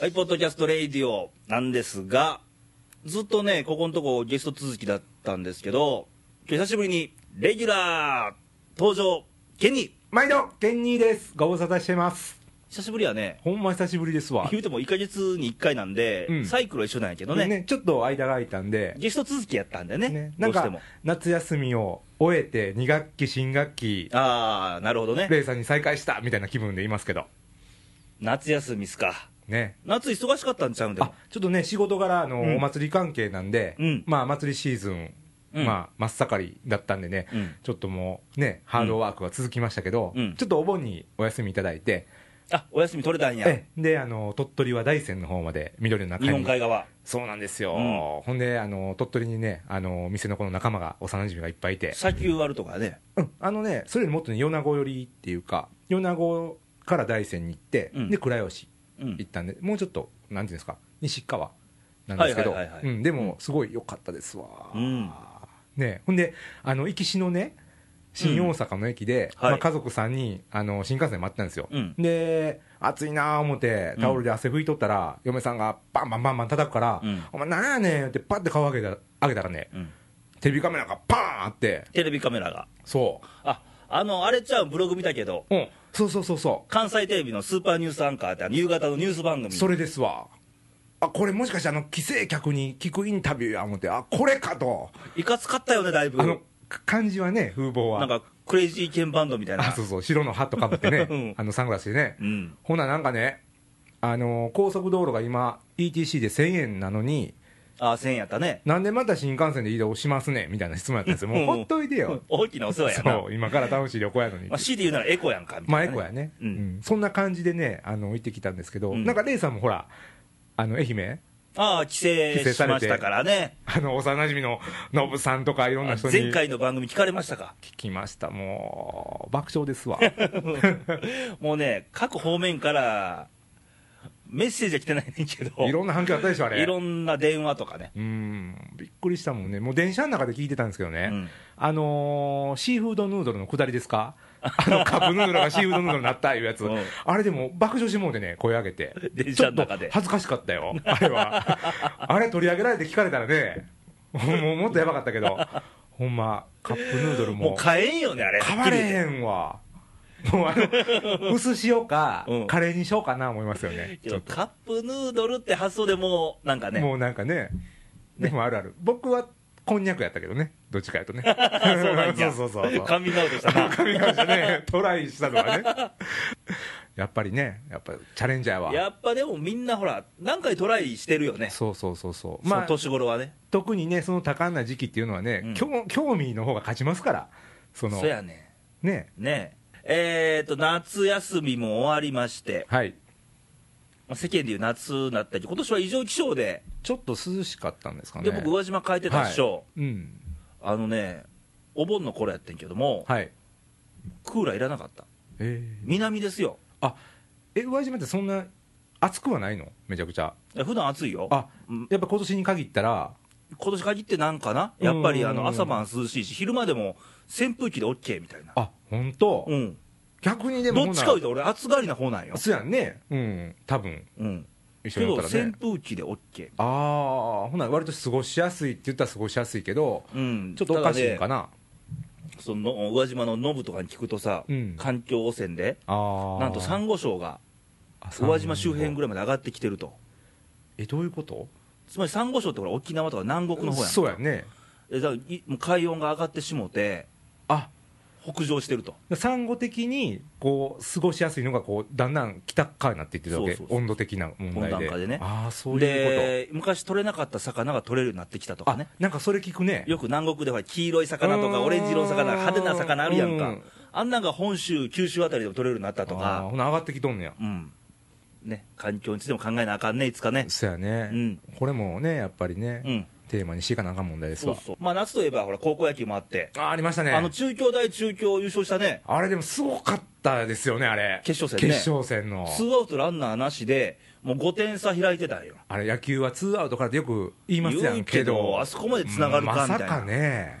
はい、ポッドキャストレイディオなんですが、ずっとね、ここのとこゲスト続きだったんですけど、今日久しぶりにレギュラー登場、ケニー。毎度ケンニーですご無沙汰してます久しぶりやね、ほんま久しぶりですわ言うても1ヶ月に1回なんで、うんサイクルは一緒なんやけどね、ちょっと間が空いたんで、ゲスト続きやったんでね、ね、などうんしてかも。夏休みを終えて2学期新学期あー、なるほどね。レイさんに再会したみたいな気分でいますけど夏休みっすか。ね夏忙しかったんちゃうんであちょっとね仕事柄あの、うんお祭り関係なんで、うんまあ祭りシーズン、うんまあ真っ盛りだったんでね、うんちょっともうねハードワークは続きましたけど、うんちょっとお盆にお休みいただいて、あ、お休み取れたんや。ええであの鳥取は大山の方まで緑の中に日本海側。そうなんですよ、うほんであの鳥取にねあの店の子の仲間が幼馴染がいっぱいいて、砂丘割るとかね。うん、あのねそれよりもっとね米子寄りっていうか米子から大山に行って、うんで倉吉うん行っ。たんでもうちょっとなんていうんですか西川なんですけどはいはいはいはいうんでもすごい良かったですわ、うんね、ほんであの行きしのね新大阪の駅で、うんはいまあ、家族3人あの新幹線待ってたんですよ、うんで暑いなあ思ってタオルで汗拭いとったら、嫁さんがバンバンバンバン叩くから「うんお前なんやねん」ってパッて顔上げた上げたらねうん。テレビカメラがパーンあってテレビカメラが。そあ、あの、あれちゃうブログ見たけど、う、うん、そうそうそうそ関西テレビのスーパーニュースアンカーってあの夕方のニュース番組うそれですわあこれもしかしてあの帰省客に聞くインタビューや思ってあこれかといかつかったよねだいぶあのか感じはね風貌なはんかクレイジーケンバンドみたいなあそうそう白のハットかぶってね、 うんあのサングラスでね、うんほななんかねあのー高速道路が今 ETC で1000円なのにああ1000円やったねなんでまた新幹線で移動しますねみたいな質問やったんですよもうほっといてうんよ、 大きなお世話やなそう今から楽しい旅行やのに、まあ、強いて言うならエコやんかみまあたいエな、コやね、うんうんそんな感じでねあの行ってきたんですけど、うんなんかレイさんもほらあの愛媛ああ帰省しましたからねあの幼馴染のノブさんとかいろんな人に前聞回の番組聞かれましたかきましたもう爆笑で すわもうね各方面からメッセージは来てないねんけどいろんな反響あったでしょあれいろんな電話とかねうんびっくりしたもんね、もう電車の中で聞いてたんですけどね、うんあのーシーフードヌードルの下りですか、 あのカップヌードルがシーフードヌードルになったいうやつ、うんあれでも爆笑してもうてね、声上げて、電車の中でちょっと恥ずかしかったよ、あれは、あれ取り上げられて聞かれたらね、もうもっとやばかったけど、ほんま、カップヌードルもうも買えんよねあれ変われへんわ。もうあの薄塩か、うんカレーにしようかな思いますよねけどカップヌードルって発想でもうなんかねもうなんかね、でもあるある、僕はこんにゃくやったけどね、どっちかやとね、あそうなんや。そうそうそうカミングアウトした な。神々がね、トライしたのはね、やっぱりね、やっぱチャレンジャーは、やっぱでもみんなほら、何回トライしてるよね。そうそうそうそう、ままあ、あ、年頃はね。特にね、その多感な時期っていうのはね、うん興興味の方が勝ちますから、そのそやね。ね、ねえ。えーと、夏休みも終わりまして、はい、まあ世間でいう夏になったり、今年は異常気象で、ちょっと涼しかったんですかね、で、僕、宇和島帰ってたでしょ。はい、うん、あのね、お盆の頃やってんけども、はい、クーラーいらなかった。えー南ですよ。あえ、宇和島ってそんな暑くはないの、めちゃくちゃ。いや普段暑いよ。あうんやっぱ今年に限ったら、今年限ってなんかなやっぱりあうのん朝晩涼しいし、昼間でも扇風機で OK みたいな。あ本当、うん。逆にでもどっちか言うと俺暑がりな方なんよ。そうやんねうん多分うん。一緒けにど、おったら扇ね風機で OK、ああほな割と過ごしやすいって言ったら過ごしやすいけどうん、ちょっとおかしいんかな、な、その宇和島のノブとかに聞くとさ、うん環境汚染で、ああなんとサンゴ礁があ宇和島周辺ぐららいいまで上がってきてると、えどういうことつまりサンゴ礁ってほら沖縄とか南国の方やん、そうやねえだからいもう海温が上がってしもて、あ北上してると、産後的にこう過ごしやすいのがこうだんだん北側になっていってるわそけうそうそう温度的な問題で温暖化でねああそういうこで昔取れなかった魚が取れるようになってきたととかあね、なんかそれ聞くねよく南国では黄色い魚とうか、んオレンジ色の魚、派手な魚あるやんうかん、あんなんが本州、九州あたりでも取れるようになったとあーか、ほな上がってきとんねやうん、ね、環境についても考えなあかんね、いつかね。そうやね、うんこれもねやっぱりね、うんテーマにしていかなあかん問題ですそうわそう。まあ夏といえばほら高校野球もあって、あーありましたねあの中京大中京優勝したね、あれでもすごかったですよね、あれ。決勝戦ね決勝戦の。ツーアウトランナーなしで、もう5点差開いてたんよ。あれ、野球はツーアウトからってよく言いますや言んうけけどど。あそこまで繋がるかうんまみたさいなかね。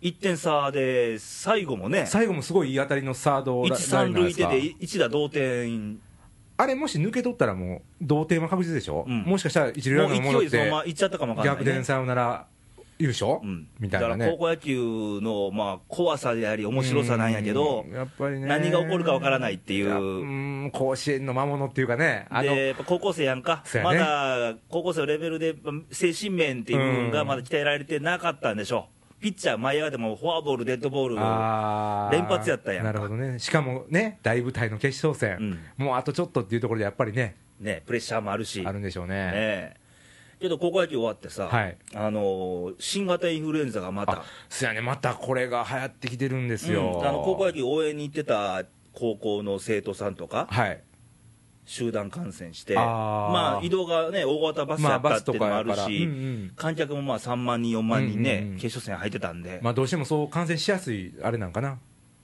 1点差で最後もね、最後もすごいいい当たりのサード1、ラ3イナー塁です手かで1打同点、あれもし抜け取ったらもう同点は確実でしょ、うんもしかしたら一塁ラもンナーうに戻勢っいそのまてま行っちゃったかもわかんない、ね、逆転サヨナラ優勝、うん、みたいなだからね高校野球の、まあ、怖さであり面白さなんやけどうんやっぱりね何が起こるかわからないっていうやうん甲子園の魔物っていうかねあのでやっぱ高校生やんかそうやまねだ高校生のレベルでまあ精神面っていう部分がまだ鍛えられてなかったんでしょうピッチャー舞い上がってもフォアボールデッドボールあー連発やったやんかなるほどねしかもね大舞台の決勝戦、もうあとちょっとっていうところでやっぱりねね、プレッシャーもあるしあるんでしょうねねえけど高校野球終わってさ、はいあのー新型インフルエンザがまたあそやねまたこれが流行ってきてるんですよ、うんあの高校野球応援に行ってた高校の生徒さんとかはい集団感染してあーまあ移動がね大型バスまやあったバっスていとうのかもあやるから、し、うんうん観客もまあ3万人4万人ね、うんうんうん決勝戦入ってたんで、まあどうしてもそう感染しやすいあれなんかな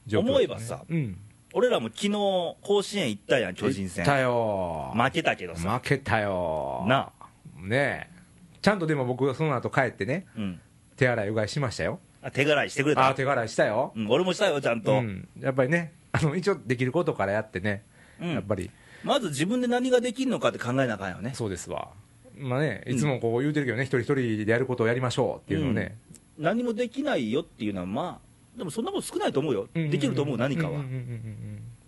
状況ですね思えばさうん俺らも昨日甲子園行ったやん巨人戦行ったよ、負けたけどさ負けたよなあ、ねえちゃんとでも僕はその後帰ってねうん、手洗いうがいしましたよあ手洗いしてくれあたあ手洗いしたよ、うん、俺もしたよちゃんと、うん、やっぱりね あの一応できることからやってね、うんやっぱりまず自分で何ができるのかって考えなあかんよねそうですわまあねいつもこう言うてるけどね、一人一人でやることをやりましょうっていうのをね、何もできないよっていうのはまあでもそんなこと少ないと思うよ、うんできると思う何かは、んんうん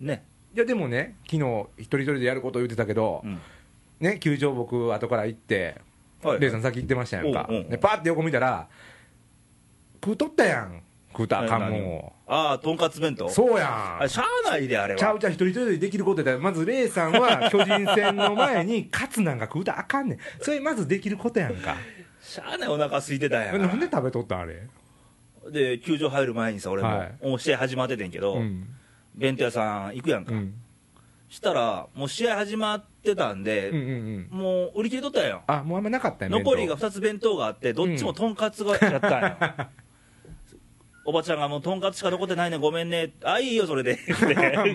うんね、いやでもね昨日一人一人でやることを言ってたけど、うんね球場僕後から行って、はいレイさん先行ってましたやんか、おうおうおうでパーって横見たら食うとったやん食うたかもんをああとんかつ弁当そうやあんれしゃあないであれはちゃうちゃう一人一人でできることやったらまずレイさんは巨人戦の前に勝つなんか食うたらあかんねんそれまずできることやんかしゃあないお腹空いてたんやからなんで食べとったんあれ、で球場入る前にさ俺も、はいもう試合始まっててんけど、うん弁当屋さん行くやんか、うん、したらもう試合始まってたんで、うんうんうんもう売り切れとったんやんあもうあんまなかったよ残りが2つ弁当があってどっちもとんかつがやったんや、 おばちゃんがもうとんかつしか残ってないねごめんねあいいよそ れでって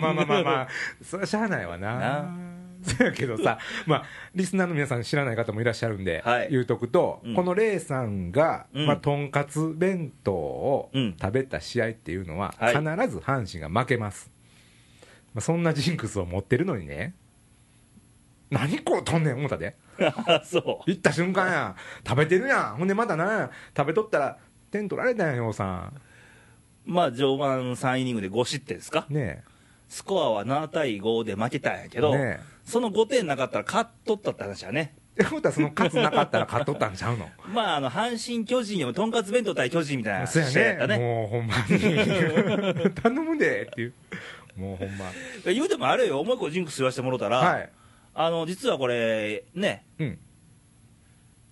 まあまあまあまあ、それはしゃあないわなな。そやけどさ、まあ、リスナーの皆さん知らない方もいらっしゃるんで、はい言うとくと、うんこのレイさんが、うんまあ、とんかつ弁当をうん 食べた試合っていうのは、はい必ず阪神が負けます。まあ、そんなジンクスを持ってるのにね、何こうとんねん思ったで。あそう行った瞬間や、食べてるやん。ほんでまたなんや、食べとったら、点取られたんやよ、ようさまあ序盤3イニングで5失点ですかん。ねスコアは7対5で負けたんやけえ。ど、ねえ。その5点なかったら勝っとったって話やねってことは、その勝つなかったら勝っとったんちゃ うのまああの阪神巨人よりもとんかつ弁当対巨人みたいなそう試合やっやたねねもうほんま に頼むでっていうもうほんま言うてもあれよもう一個ジンクス言わせてもろたら、はいあの実はこれねうん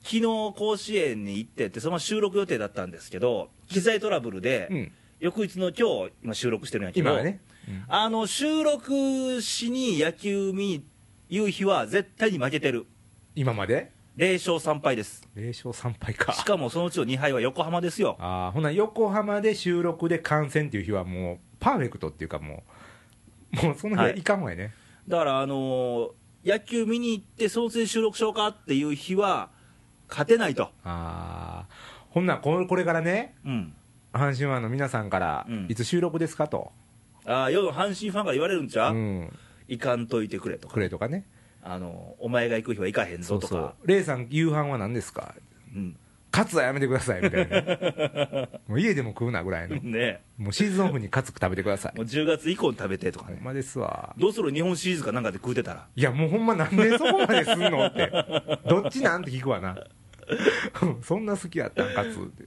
昨日甲子園に行ってってそのまま収録予定だったんですけど機材トラブルで、うん翌日の今日今収録してるんやけど今はね、うんあの収録しに野球見に行く日は絶対に負けてる今まで0勝3敗です0勝3敗かしかもそのうちの2敗は横浜ですよああほな横浜で収録で観戦っていう日はもうパーフェクトっていうかもう もうその日はいかんわやね、だからあのー野球見に行ってそのつい収録しようかっていう日は勝てないとああほんならこれこれからねうん阪神ファンの皆さんから、うんいつ収録ですかと、ああ世の阪神ファンから言われるんちゃうう、ん、行かんといてくれとかくれとかねあのーお前が行く日は行かへんぞとかレイさん夕飯は何ですかうんカツはやめてくださいみた いなもう家でも食うなぐらいのねもうシーズンオフにカツ食べてくだ さいもう10月以降に食べてとかほねん、まですわどうする日本シリーズかなんかで食うてたら、いやもうほんまなんでそこまですんのってどっちなんって聞くわな そんな好きやったんかつ って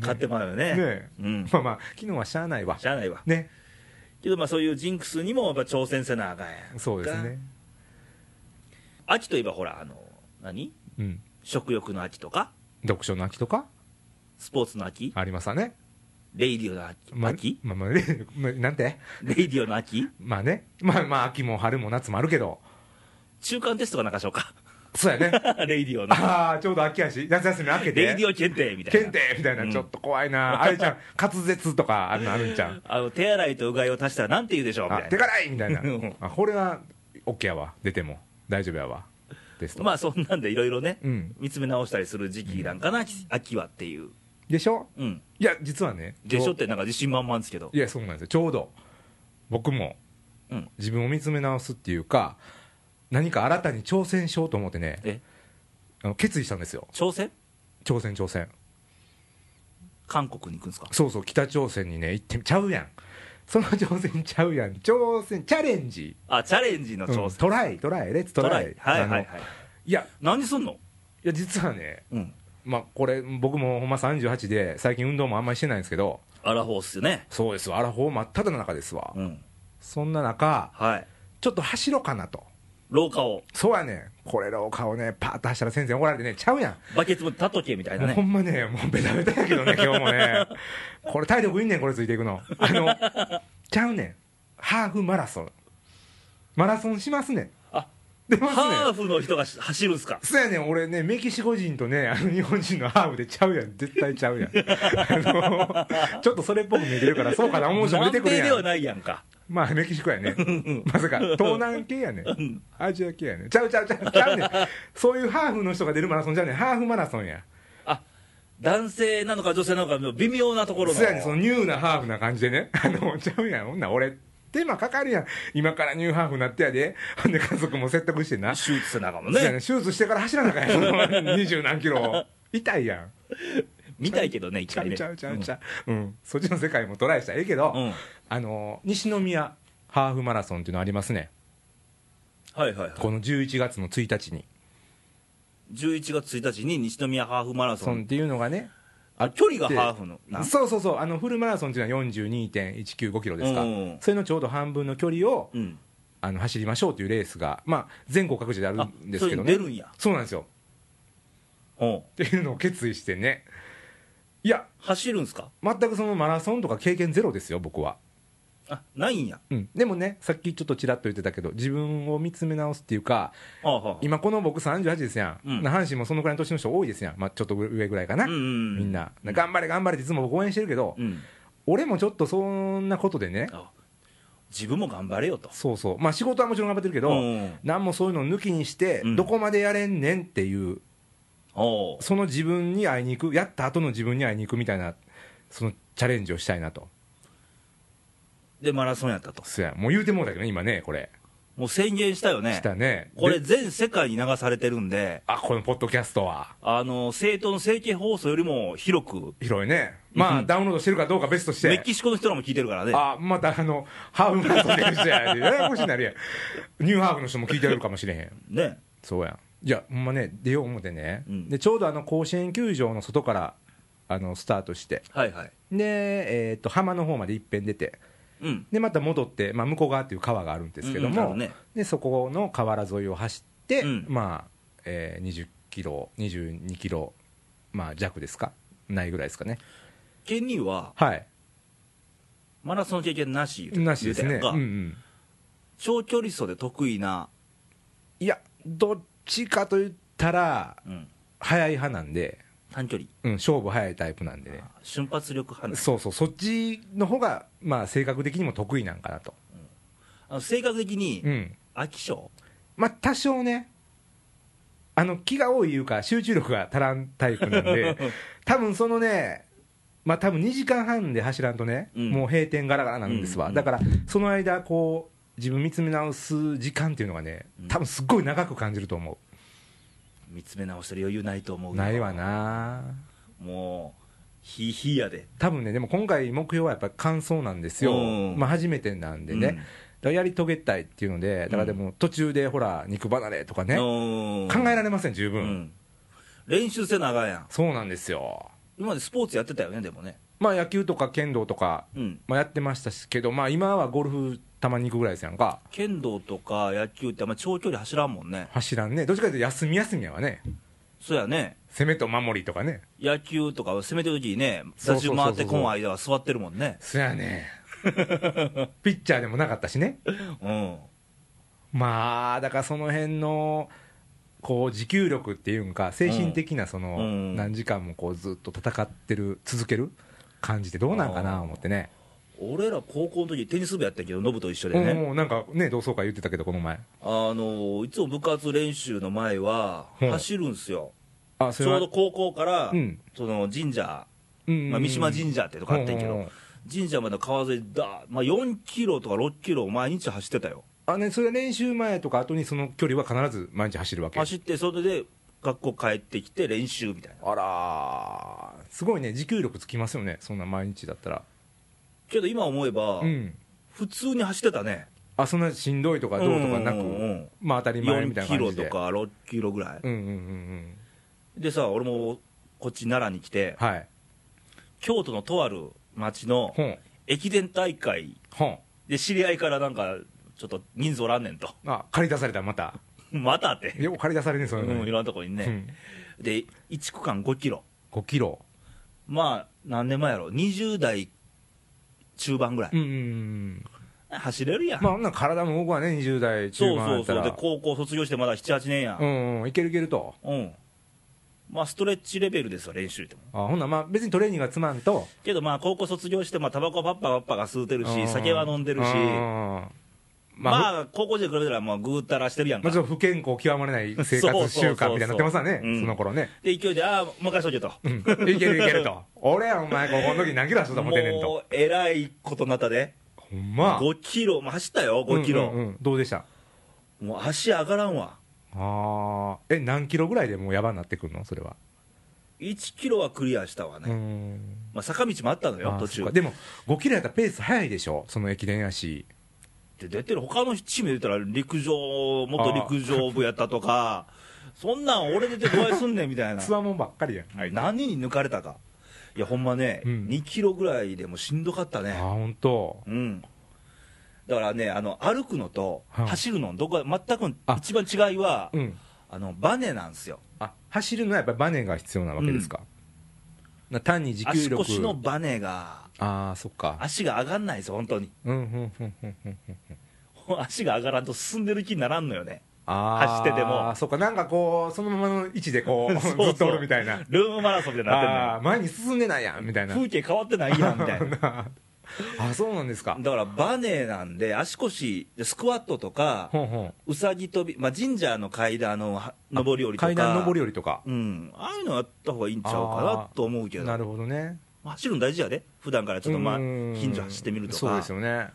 買ってまうよね、ねうん、まあまあ昨日はしゃあないわしゃあないわ、ねけどまあそういうジンクスにもやっぱ挑戦せなあかんやんそうですね、秋といえばほら、あの何うん、食欲の秋とか、読書の秋とかスポーツの秋、ありますわねレイディオの秋、まあ秋まあまあ、ねなんてレイディオの秋、まあねまあまあ秋も春も夏もあるけど中間テストかなんかしようか、 そうやね レイディオの、ああちょうど秋やし夏休み明けてレイディオ検定みたいな検。定みたいな、うんちょっと怖いなあれじゃん滑舌とかあるのあるんじゃんあの手洗いとうがいを足したらなんて言うでしょうみあたい手な辛いみたいなうんあこれは OK やわ出ても大丈夫やわですと、まあそんなんでいろいろね、うん見つめ直したりする時期なんかな、秋はっていう、でしょうん、いや実はねでしょっちょてなんか自信満々ですけどいやそうなんですよちょうど僕もうん自分を見つめ直すっていうか、何か新たに挑戦しようと思ってね、えあの決意したんですよ、朝鮮挑戦、挑戦、韓国に行くんですかそうそう、北朝鮮にね、行ってみちゃうやん、その挑戦ちゃうやん、挑戦、チャレンジ、あチャレンジのう朝ん鮮、トライ、トライ、レッツトライ、はいはあいのはいいや、何すんのいや、実はね、うんまあ、これ、僕もほんま38で、最近運動もあんまりしてないんですけど、アラフォーっすよねそうですわ、アラフォー真っ只中ですわ、うんそんな中、はいちょっと走ろうかなと、廊下をそうやねん、これ廊下をね、パーッと走ったら先生に怒られてね、ちゃうやん。バケツも立っとけみたいなもうほねんまね、もうベタベタやけど ね、今日もね、これ、体力いんねん、これ、ついていくの、あのちゃうねん、ハーフマラソン、マラソンしますねん、あ出ますハねーん、フの人がし走るんすかそうやねん、俺ね、メキシコ人とね、あの日本人のハーフでちゃうやん、絶対ちゃうやん、あのちょっとそれっぽく見えてるから、そうかな、思う人も出南てく米るやではん、ないやんかまあ、メキシコやね、まさか、東南系やね、アジア系やね、ちゃうちゃうちゃう、ちゃうねん、そういうハーフの人が出るマラソンじゃねん、ハーフマラソンや。あ男性なのか女性なのかの微妙なところのそうやねそのニューなハーフな感じでね、あの、ちゃうやん、ほんなら俺、手間かかるやん、今からニューハーフなってやで、ほんで家族も説得してな、手術せなあかんもんそうやねね手術してから走らなあかんやんそ の、二十何キロ、痛いやん、見たいけどね一ちゃ回うねちゃうちゃうちゃう、うん、そっちの世界もトライしたらええけど、うんあの、西宮ハーフマラソンっていうのありますね、はいはいはいこの11月の1日に。 11月1日に西宮ハーフマラソそんっンていうのがね、あ距離がハーフのなそうそうそう、あのフルマラソンっていうのは42.195キロですかうん、それのちょうど半分の距離をうんあの走りましょうというレースが、まあ、全国各地であるあんですけそれどねに出るんやそうなんですようんっていうのを決意してねいや走るんすか全くそのマラソンとか経験ゼロですよ僕は、あないんやうん、でもねさっきちょっとちらっと言ってたけど自分を見つめ直すっていうかはあはあ今この僕38ですやん、うん阪神もそのくらいの年の人多いですやん、まあ、ちょっと上ぐらいかな、うんうんうんみんな頑張れ頑張れっていつも僕応援してるけど、うん俺もちょっとそんなことでねあ自分も頑張れよとそうそうまあ仕事はもちろん頑張ってるけど、うんなんもそういうの抜きにして、うんどこまでやれんねんっていうおうその自分に会いに行く、やった後の自分に会いに行くみたいな、そのチャレンジをしたいなと、でマラソンやったとそやもう言うてもうたけどね、今ね、これ、もう宣言したよねしたね、これで全世界に流されてるんであこのポッドキャストは、あの政党の政見放送よりも広く広いね、まあ、うんダウンロードしてるかどうか別としメて、キシコの人らも聞いてるからねあまたあの、ハーフマラソンでる人や、ややこしになるやん、ニューハーフの人も聞いてるかもしれへん、ねそうやん、いや、ほんまね、出よう思ってね、うんでちょうどあの甲子園球場の外からあのスタートして、はいはいで、えー、と浜の方まで一遍出て。うんでまた戻って、まあ、向こう側っていう川があるんですけどうんうんあも、るねでそこの河原沿いを走って、うんまあえー20キロ22キロ、まあ、弱ですかないぐらいですかねケニーははいマラソン経験なし言うてなしです言ねう、てうたんやうんかん、長距離走で得意ないやどっちかと言ったらうん速い派なんで、短距離うん、勝負速いタイプなんでね瞬発力派なんですそうそうそっちの方がまあ性格的にも得意なんかなとあの性格的にうん飽き性まあ多少ねあの気が多いいうか集中力が足らんタイプな んで多分そのねまあ多分2時間半で走らんとね、うんもう閉店ガラガラなんですわ、うんだからその間こう自分見つめ直す時間っていうのがねうん多分すっごい長く感じると思見つめ直してる余裕ないと思う、うよないわなもうひいひいやで多分ねでも今回目標はやっぱ完走なんですよ、うんまあ初めてなんでね、うだんからやり遂げたいっていうのでだからでも途中でほら肉離れとかね、うん考えられません十う分、ん練習せなあかんやんそうなんですよ今までスポーツやってたよねでもねまあ野球とか剣道とか、うんまあ、やってましたけど、まあ、今はゴルフたまに行くぐらいですやんか剣道とか野球ってあんま長距離走らんもんね走らんねどっちかというと休み休みやわねそうやね攻めと守りとかね野球とかは攻めてる時にねそう打そうそうそ順回うってこん間は座ってるもんねそや ねピッチャーでもなかったしねうんまあだからその辺のこう持久力っていうんか精神的なその、うん何時間もこうずっと戦ってる続ける感じってどうなんかな思ってね俺ら高校の時テニス部やったけどノブと一緒でねねもうなんかね同窓会言ってたけどこの前あのいつも部活練習の前はうん走るんすよあちょうど高校からうんその神社ままあ三島神社ってとこあってんけど神社まで川沿いだ、まあ、4キロとか6キロを毎日走ってたよあね、それは練習前とか後にその距離は必ず毎日走るわけ走って、それで学校帰ってきて練習みたいな。あらーすごいね持久力つきますよねそんな毎日だったらけど今思えば、うん普通に走ってたね。あそんなしんどいとかどうとかなく、うんうんうんまあ当たり前みたい4なキ感ロじとでか6キロぐらい。うんうんうんうんでさ、俺もこっち奈良に来て、はい京都のとある町のほん駅伝大会ほんで知り合いからなんか、ちょっと人数おらんねんと。 あ借り出されたまたまたって。よう借り出されるねそうういうのん、いね、ろんなとこにね。で、1区間5キロ。うん、5キロまあ、何年前やろ。20代中盤ぐらいうん。うんうん走れるやん。まあほんなら体も動くわね20代中そう盤そだうったそう。らで、高校卒業してまだ7、8年やん。うん、うん、いけるいけるとうん、まあ、ストレッチレベルですわ、練習っても。あほんならまあ別にトレーニングがつまんとけど、まあ、高校卒業して、まあ、タバコはパッパパッパが吸うてるうんし、酒は飲んでるし、うんままあ、あ、高校時代に比べたら、まあ、ぐうたらしてるやんか。まあ、ちょっと不健康極まれない生活習慣みたいになってますわね、そうそうそうそうその頃ね。で、勢いで、ああ、もう一回しとけと。うん、いけるいけ ると。俺や、お前、ここの時何キロ走ったと思ってんねんと。もう、えらいことになったで。ほんま。 5キロ、まあ、走ったよ、5キロ。うんうんうんどうでしたもう、足上がらんわ。ああ。え、何キロぐらいでもうやばになってくるのそれは。 1キロはクリアしたわね。うん。まあ、坂道もあったのあよー、途そっ中か。でも、5キロやったらペース早いでしょその駅伝やし。で、出てる、他のチームで出たら、陸上、元陸上部やったとか、そんなん俺出てどうやってすんねんみたいな。 つわもんばっかりやん。あ何に抜かれたか、いや、ほんまね、うん2キロぐらいでもしんどかったあー、ね、ほんと。うん、だからね、あの歩くのとはい走るの、どこが全くあ一番違いは、うん。あのバネなんですよ、あ、走るのはやっぱりバネが必要なわけですか。な単に持久足力。腰のバネが、ああ、そっか。足が上がんないですよ、本当に、 うん、うん、うん、うん、うん。足が上がらんと進んでる気にならんのよね、あー走っててもそうか、なんかこう、そのままの位置でこう、 そうそうずっとおるみたいな。ルームマラソンみたいになってんのあー前に進んでないやん、みたいな。よ、風景変わってないやんみたい な。あ、そうなんですか。だからバネなんで、足腰、でスクワットとか、ほんほん。うさぎ跳び、まあ、神社の階段のは上り下りとか、階段上り下りとか。うん、ああいうのやった方がいいんちゃうかなと思うけど、なるほどね。走るの大事やで、普段からちょっとまあうーん近所走ってみるとか、そうですよね。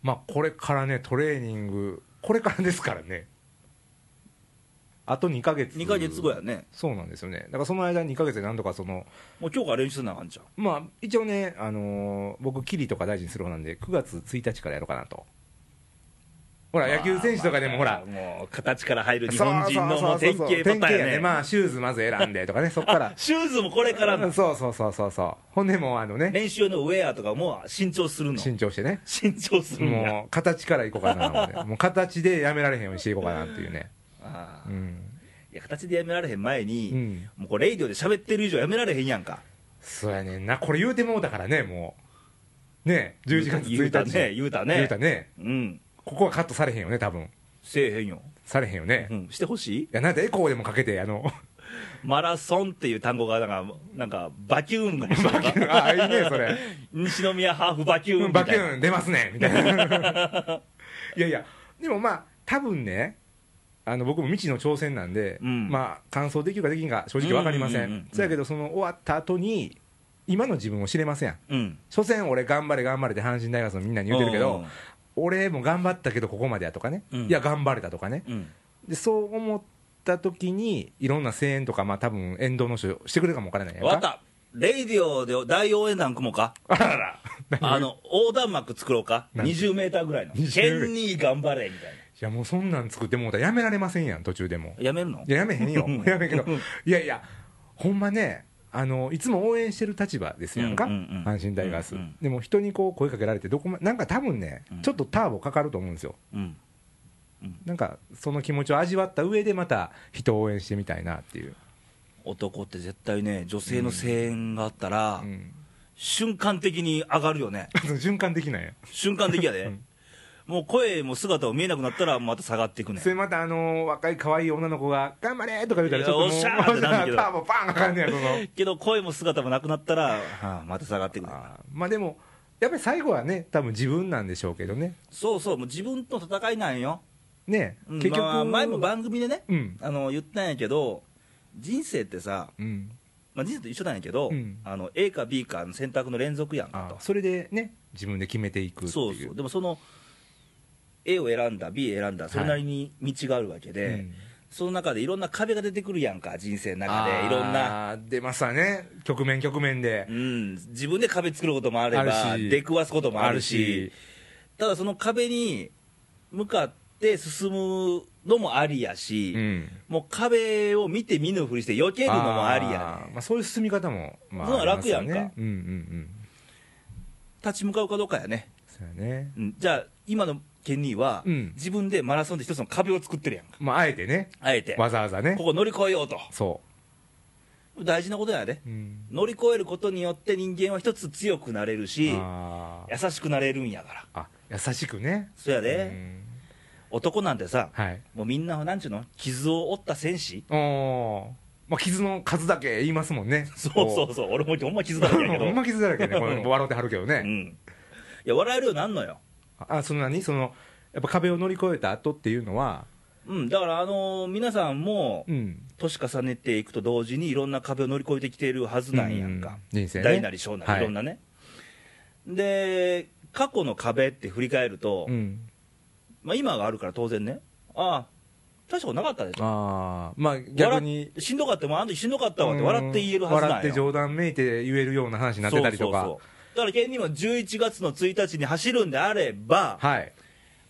まあ、これからね、トレーニング、これからですからね。あと2ヶ月。 2ヶ月後や。ね、そうなんですよね。だからその間2ヶ月でなんとかその、もう今日から練習するなあかんちゃう、まあ、一応ね、あのー僕、キリとか大事にする方なんで、9月1日からやろうかなと。ほら、野球選手とかでもほら、もう形から入る日本人のもうそう典そうそ型パうタ典ー型ンやね、、まあ、シューズまず選んでとかね、そっから シューズもこれからのそうそうそうそうそう、ほんでもうあのね、練習用のウェアとかも新調するの、慎重してね、新調するんや、もう形からいこうかな、俺もう形でやめられへんようにしていこうかなっていうね、あうーん、いや形でやめられへん前に、うんもうこれ、レイディオで喋ってる以上やめられへんやんか、そうやねんな、これ言うてもうだからね、もう、ね、11月1日、言うたね、言うたね、言うたね、うん、ここはカットされへんよね、多分せえへんよ、されへんよね。うん、してほしいいや、なんでエコーでもかけて、あの、 マラソンっていう単語がなんか、なんかバキューンがああ、いいね、それ。西宮ハーフバキューンみたいバなキューン出ますね、みたいな。 いやいや、でもまあ、多分ね、あの僕も未知の挑戦なんで、うんまあ、完走できるかできんか、正直わかりませうんうんうんうんん。そやけど、その終わった後に、今の自分を知れませんやん。うん所詮俺頑張れ頑張れって阪神大学のみんなに言うてるけど、俺も頑張ったけどここまでやとかね、うんいや頑張れたとかね、うんうんでそう思った時にいろんな声援とかまあ多分沿道の人してくれるかもわからないやんわかっかたレイディオで大応援団組もうかあららあの横断幕作ろうかなんて20メーターぐらいのケン20ニー頑張れみたいいやもうそんなん作ってもうたらやめられませんやん途中でもなやめるのいややめへんよやめへんけどいやいやほんまねあのいつも応援してる立場ですやんか、うんうんうん阪神タイガース、うんうんでも人にこう声かけられてどこまなんか多分ね、うんちょっとターボかかると思うんですようんなんかその気持ちを味わった上でまた人を応援してみたいなっていう、男って絶対ね女性の声援があったら、うん、瞬間的に上がるよね循環できないや瞬間的やで、もう声も姿も見えなくなったらまた下がっていくねそれまたあの若い可愛い女の子が「頑張れ!」とか言うたらちょっともういやおっしゃーってなんだけど ターボパンかかんねやそのけど声も姿もなくなったら、はあまた下がってくるあーまあでもやっぱり最後はね多分自分なんでしょうけどねそうそうもう自分との戦いなんよ、ね、うん結局、まあ前も番組でね、うんあの言ったんやけど人生ってさ、うんまあ、人生と一緒なんやけど、うんあの A か B かの選択の連続やんかあとそれでね自分で決めていくっていうそうそうでもその A を選んだ B を選んだそれなりに道があるわけで、うんその中でいろんな壁が出てくるやんか人生の中でいろんな、な出ますわね局面局面でうん、自分で壁作ることもあればあるし出くわすこともあるしただその壁に向かって進むのもありやし、うんもう壁を見て見ぬふりして避けるのもありやあーまあ、そういう進み方も、まそんなあ、ん楽やんかありますよねうんうんうん立ち向かうかどうかやね、そうやねうん、じゃあ今のケニーは、うん自分でマラソンで一つの壁を作ってるやんかまああえてねあえてわざわざねここ乗り越えようとそ大事なことやでう、うん、乗り越えることによって人間は一つ強くなれるしあー優しくなれるんやからあ優しくねそやで、うん男なんてさはいもうみんななんちゅうの傷を負った戦士おーまあ、傷の数だけ言いますもんねそうそうそう俺もほんま傷だらけやけほどんま傷だらけねこれ笑ってはるけどね、うんいや笑えるようになんのよあその何そのやっぱ壁を乗り越えた後っていうのはうんだからあのー皆さんもうん年重ねていくと同時にいろんな壁を乗り越えてきているはずなんやんか、うん人生ね大なり小なり、はいい、ろんなねで過去の壁って振り返ると、うんまあ、今があるから当然ねああ大したことなかったでとああまあ逆に笑っしんどかったもんあの時しんどかったわって笑って言えるはずなんよ笑って冗談めいて言えるような話になってたりとかそうそうそうだから県にも11月の1日に走るんであれば、はい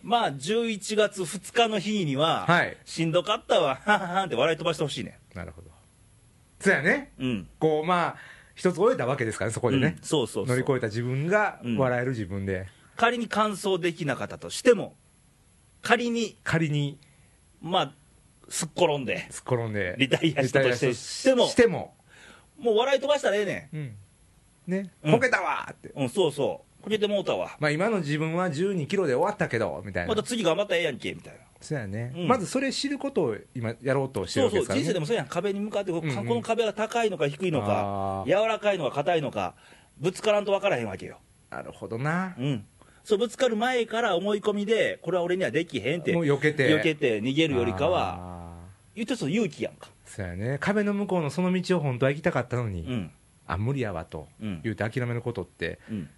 まあ11月2日の日には、はいしんどかったわ、 はんはんって笑い飛ばしてほしいね。なるほどそうやねうん。こうまあ一つ終えたわけですからねそこでねうん、そうそうそう乗り越えた自分がうん笑える自分で、仮に完走できなかったとしても、仮に、仮にまあ、すっ転んで、突っ転んでリタイアしたとしてリタイアしてもしても、もう笑い飛ばしたらええねうん、ねうんこけたわーって、ん。うん、そうそう。こけてもうたわ。まあ、今の自分は1 2キロで終わったけどみたいな、また次頑張ったらええやんけ、みたいな。そうやね、うんまずそれ知ることを今やろうとしてるそうわそう、けですから、ね、人生でもそうやん。壁に向かって、こううんうんこの壁が高いのか低いのかあ、ー柔らかいのか硬いのか、ぶつからんと分からへんわけよ。なるほどなうん。そう、ぶつかる前から思い込みで、これは俺にはできへんって。もう避けて避けて逃げるよりかは、あ言うとそう勇気やんか。ーそうやね壁の向こうのその道を本当は行きたかったのうに、ん。あ無理やわとうん言うて諦めることってうん。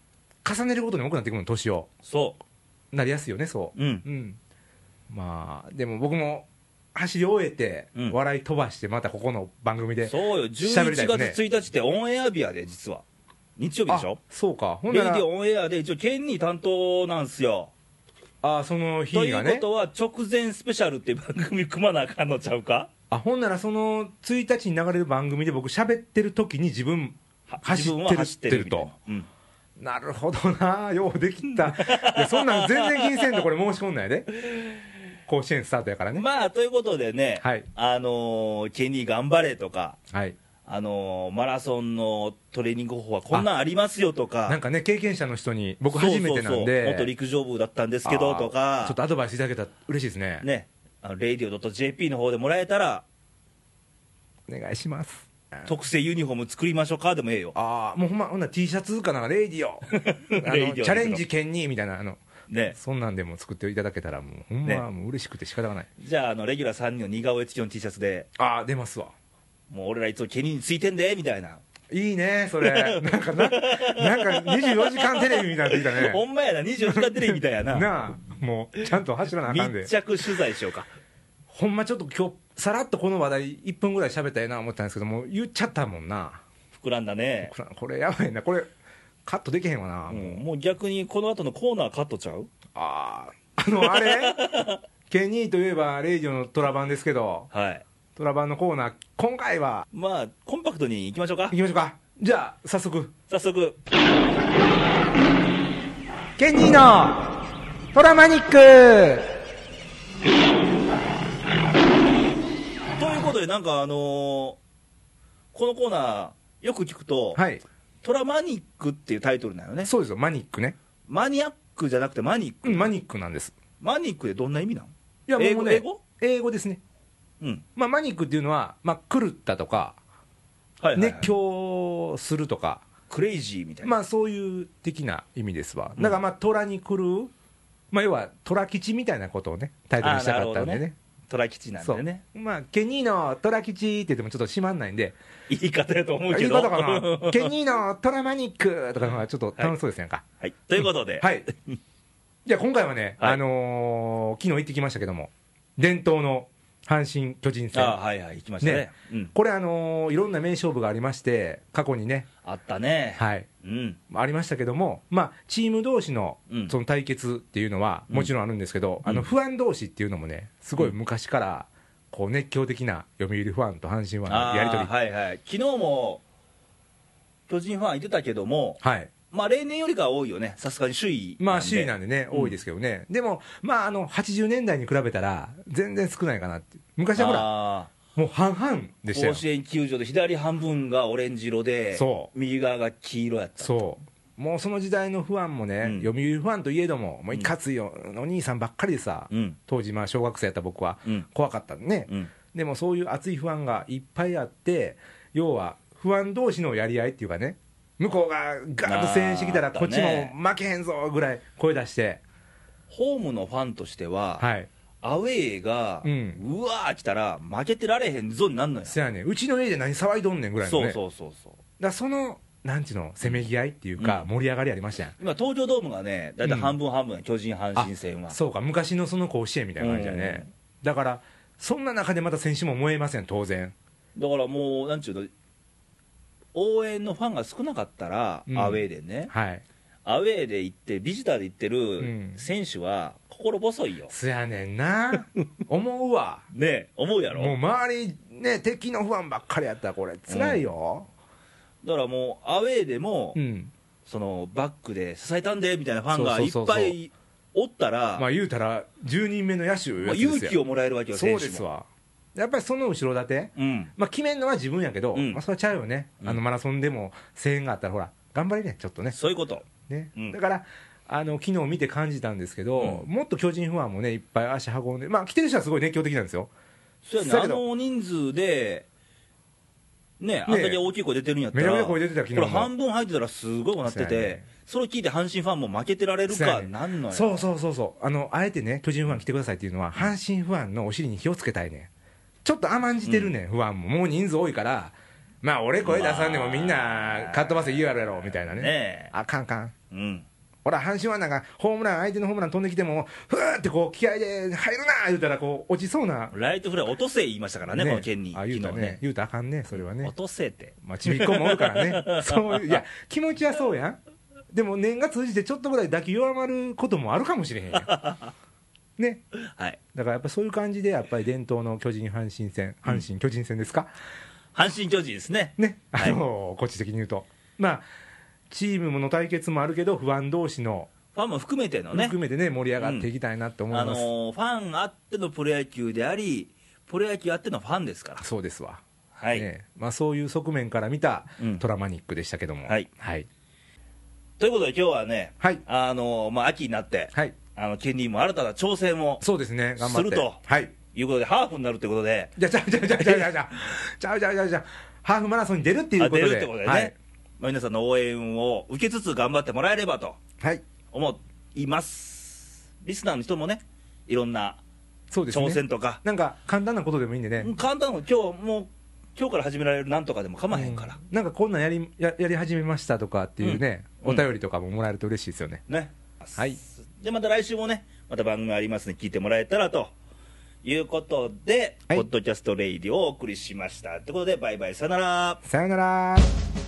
重ねることに多くなってくるの年をそ。なりやすいよねそううん。ううんまあでも僕も走り終えて、うん笑い飛ばしてまたここの番組でそうよ、11喋りたい月ですね1日ってオンエア日やで、実は。日曜日でしょあそうかほんレなデらィオンエアで、一応、県に担当なんすよ。あその日といがうねことは、直前スペシャルっていう番組組まなあかんのちゃうかあほんならその1日に流れる番組で僕喋ってる時に自分は走って自る分は走ってるみたいなとうん。なるほどなようできたいやそんなん全然気にせんとこれ申し込んないで甲子園スタートやからねまあ、ということでね、はいあのー、ケニー頑張れとか、はいあのーマラソンのトレーニング方法はこんなんありますよとか、なんかね経験者の人に僕初めてなんそうそうそうで元陸上部だったんですけどとあか、ーちょっとアドバイスいただけたら嬉しいですねね、あの radio.jp の方でもらえたら、お願いします特製ユニフォーム作りましょうかでもええよ、ああもうほんまほんなら T シャツかなんかレイディオあ レイのディチオャレンジ兼にみたいなあのね、そんなんでも作っていただけたらもうほんねまもう嬉しくて仕方がないじゃああの、レギュラー3人の似顔絵付きの T シャツで、ああ出ますわもう俺らいつもケニーについてんでみたいな、いいね、それ。 なんかな、なんか24時間テレビみたいになってきた ほね。んまやな、24時間テレビみたいやな、 なあ、もう、ちゃんと走らなあかんで密。着取材しようか、ほんまちょっと今日、さらっとこの話題1分ぐらい喋ったらええな思ったんですけども、言っちゃったもんな。膨らんだね、これこれやばいな、これ、カットできへんわな。うもうんもう逆にこの後のコーナーカットちゃうああ、あの、あ れケニーといえば、レイジオのトラ版ですけど、はいトラ版のコーナー、今回は、まあ、コンパクトにいきましょうか行。きましょうか。じゃあ、早速、早速、ケニーのトラマニックということで、なんかあのーこのコーナー、よく聞くと、はい、トラマニックっていうタイトルなのね。そうですよ、マニックね。マニアックじゃなくてマニック。うん、マニックなんです。マニックでどんな意味なのいや、英も語うね英語英語ですね。うん。まあ、マニックっていうのは、まあ、狂ったとか、はいはいはい、熱狂するとか、クレイジーみたいな。まあ、そういう的な意味ですわ。うんだから、まあ、虎に狂う、まあ、要は、虎吉みたいなことをね、タイトルにしたかったんであーなるほどねね。トラ吉なんそでうね。。まあ、ケニーの虎吉って言ってもちょっと閉まんないんで、言い方やと思う言けいど。方か な。ケニーの虎マニックとかの方がちょっと楽しそうですやんか。はい。ということで、はい。じゃあ今回はね、はいあのー昨日行ってきましたけども、伝統の阪神・巨人あ戦、はいはい、行きましたね。ねうん、これ、あのーいろんな名勝負がありまして、過去にね、あったね。はい、うん。ありましたけども、まあ、チーム同士のうんその対決っていうのはうんもちろんあるんですけど、あうのん不安同士っていうのもね、すごい昔からこう熱狂的な読売ファンと阪神ファンあのやり取り、ーはいはい。昨日も、巨人ファンいてたけども、はい、まあ例年よりかは多いよね。さすがに首位。まあ、首位なんんでね、うん多いですけどね、でも、まあ、あの80年代に比べたら、全然少ないかなって、昔で。はほら、あもう半々でしたーよ甲、子園球場で左半分がオレンジ色で、そう右側が黄色やった。そう、もうその時代のファンもね、うん読売ファンといえども、もういかついよお兄さんばっかりでさ、うん。当時、まあ小学生やった僕はうん。怖かったんでね、うん。でもそういう熱い不安がいっぱいあって、要は不安同士のやり合いっていうかね、向こうがガーッと声援してきたら、あーこっちあったねも負けへんぞぐらい声出して、ホームのファンとしては、はい、アウェーが、ううんわー来たら、負けてられへんぞになんのよ。そやね、うちの家で何騒いどんねんぐらいのそね、うそうそうそう。だからその、なんちゅうの、せめぎ合いっていうかう、ん盛り上がりありましたやん。今、東京ドームがね、だいたい半分半分、巨人・阪神戦は。そうか、昔のその甲子園みたいな感じだね、だから、そんな中でまた選手も燃えません、当然、だからもう、なんちゅうの、応援のファンが少なかったら、うんアウェーでね、はい、アウェーで行って、ビジターで行ってるうん選手は、心細いよ、そやね んな、思うわ、ねえ思うやもうろ、周り、ね、敵の不安ばっかりやったら、これ、辛いよ。だからもう、アウェーでも、うんそのバックで支えたんでみたいなファンがそいうそっうそうぱそういおったら、まあ言うたら、10人目の野手いうまやあつです勇よ気をもらえるわけよ、そ選うで手すも。わ、やっぱりその後ろ盾、うん、まあ、決めるのは自分やけど、うんまあ、それはちゃうよね、うんあのマラソンでも声援があったら、ほら、頑張りね、ちょっとね、そういうこと、ねうんだから、あの昨日見て感じたんですけど、うもっと巨人ファンもね、いっぱい足運んで、まあ、来てる人はすごい熱狂的なんですよ、そうやね、そうやあけどの人数で、ね、あんだけ大きい声出てるんやっためちゃら、めちゃ声出てた、昨これ日も。半分入ってたらすごいなってそうやてねそれを聞いて阪神ファンも負けてられるそうやかねなんのよそうそうそうそうあの、あえてね、巨人ファン来てくださいっていうのは、阪神ファンのお尻に火をつけたいねん、ちょっと甘んじてるねん、不安も、もう人数多いから、まあ、俺声出さんでもみんな、かっ飛ばせ言うやろやろみたいなね、ねあかんあかん、えうんほら、阪神ファンなんか、ホームラン、相手のホームラン飛んできても、ふーってこう、気合で入るなー言うたら、こう、落ちそうな、ライトフライ落とせ言いましたからねこの件にあ昨日言うたねね、言うたらあかんね、それはね落、とせってまあ、ちびっこもおるか らね、そういう、いや、気持ちはそうやん、でも、年が通じて、ちょっとぐらい打球弱まることもあるかもしれへんやん。 ね、はいだからやっぱそういう感じで、やっぱり伝統の巨人・阪神戦、阪神・巨人戦ですか、阪神巨人ですねね、はあいのこっち的に言うと、まあ、チームの対決もあるけど、不安同士のファンも含めてのね含めてね、盛り上がっていきたいなと思いあます、のーファンあってのプロ野球でありプロ野球あってのファンですからそうですわ、はい、ねまあ、そういう側面から見たうんトラマニックでしたけども、はいはい、ということで今日はねはい、あのーまあ秋になってはいあのケニーも新たな挑戦をそうですね、頑張って。するとはいいうことでハーフになるということでじゃあ、じゃあ、じゃあ、じゃあ、じゃあ、じゃあ、じゃあ、じゃあ、じゃあ、じゃあ、ハーフマラソンに出るっていうあこと出で、るってことでね、はい、まあ、皆さんの応援を受けつつ頑張ってもらえればとはい、思いますリスナーの人もねいろんなそうですね、挑戦とか、なんか簡単なことでもいいんでね、簡単なの今日もう今日から始められるなんとかでも構わへんから、うんなんかこんなんやりややり始めましたとかっていうね、うんお便りとかももらえると嬉しいですよね、ねはいでまた来週もねまた番組ありますので聞いてもらえたらということで、はいポッドキャストレイディをお送りしましたということでバイバイさよならさよなら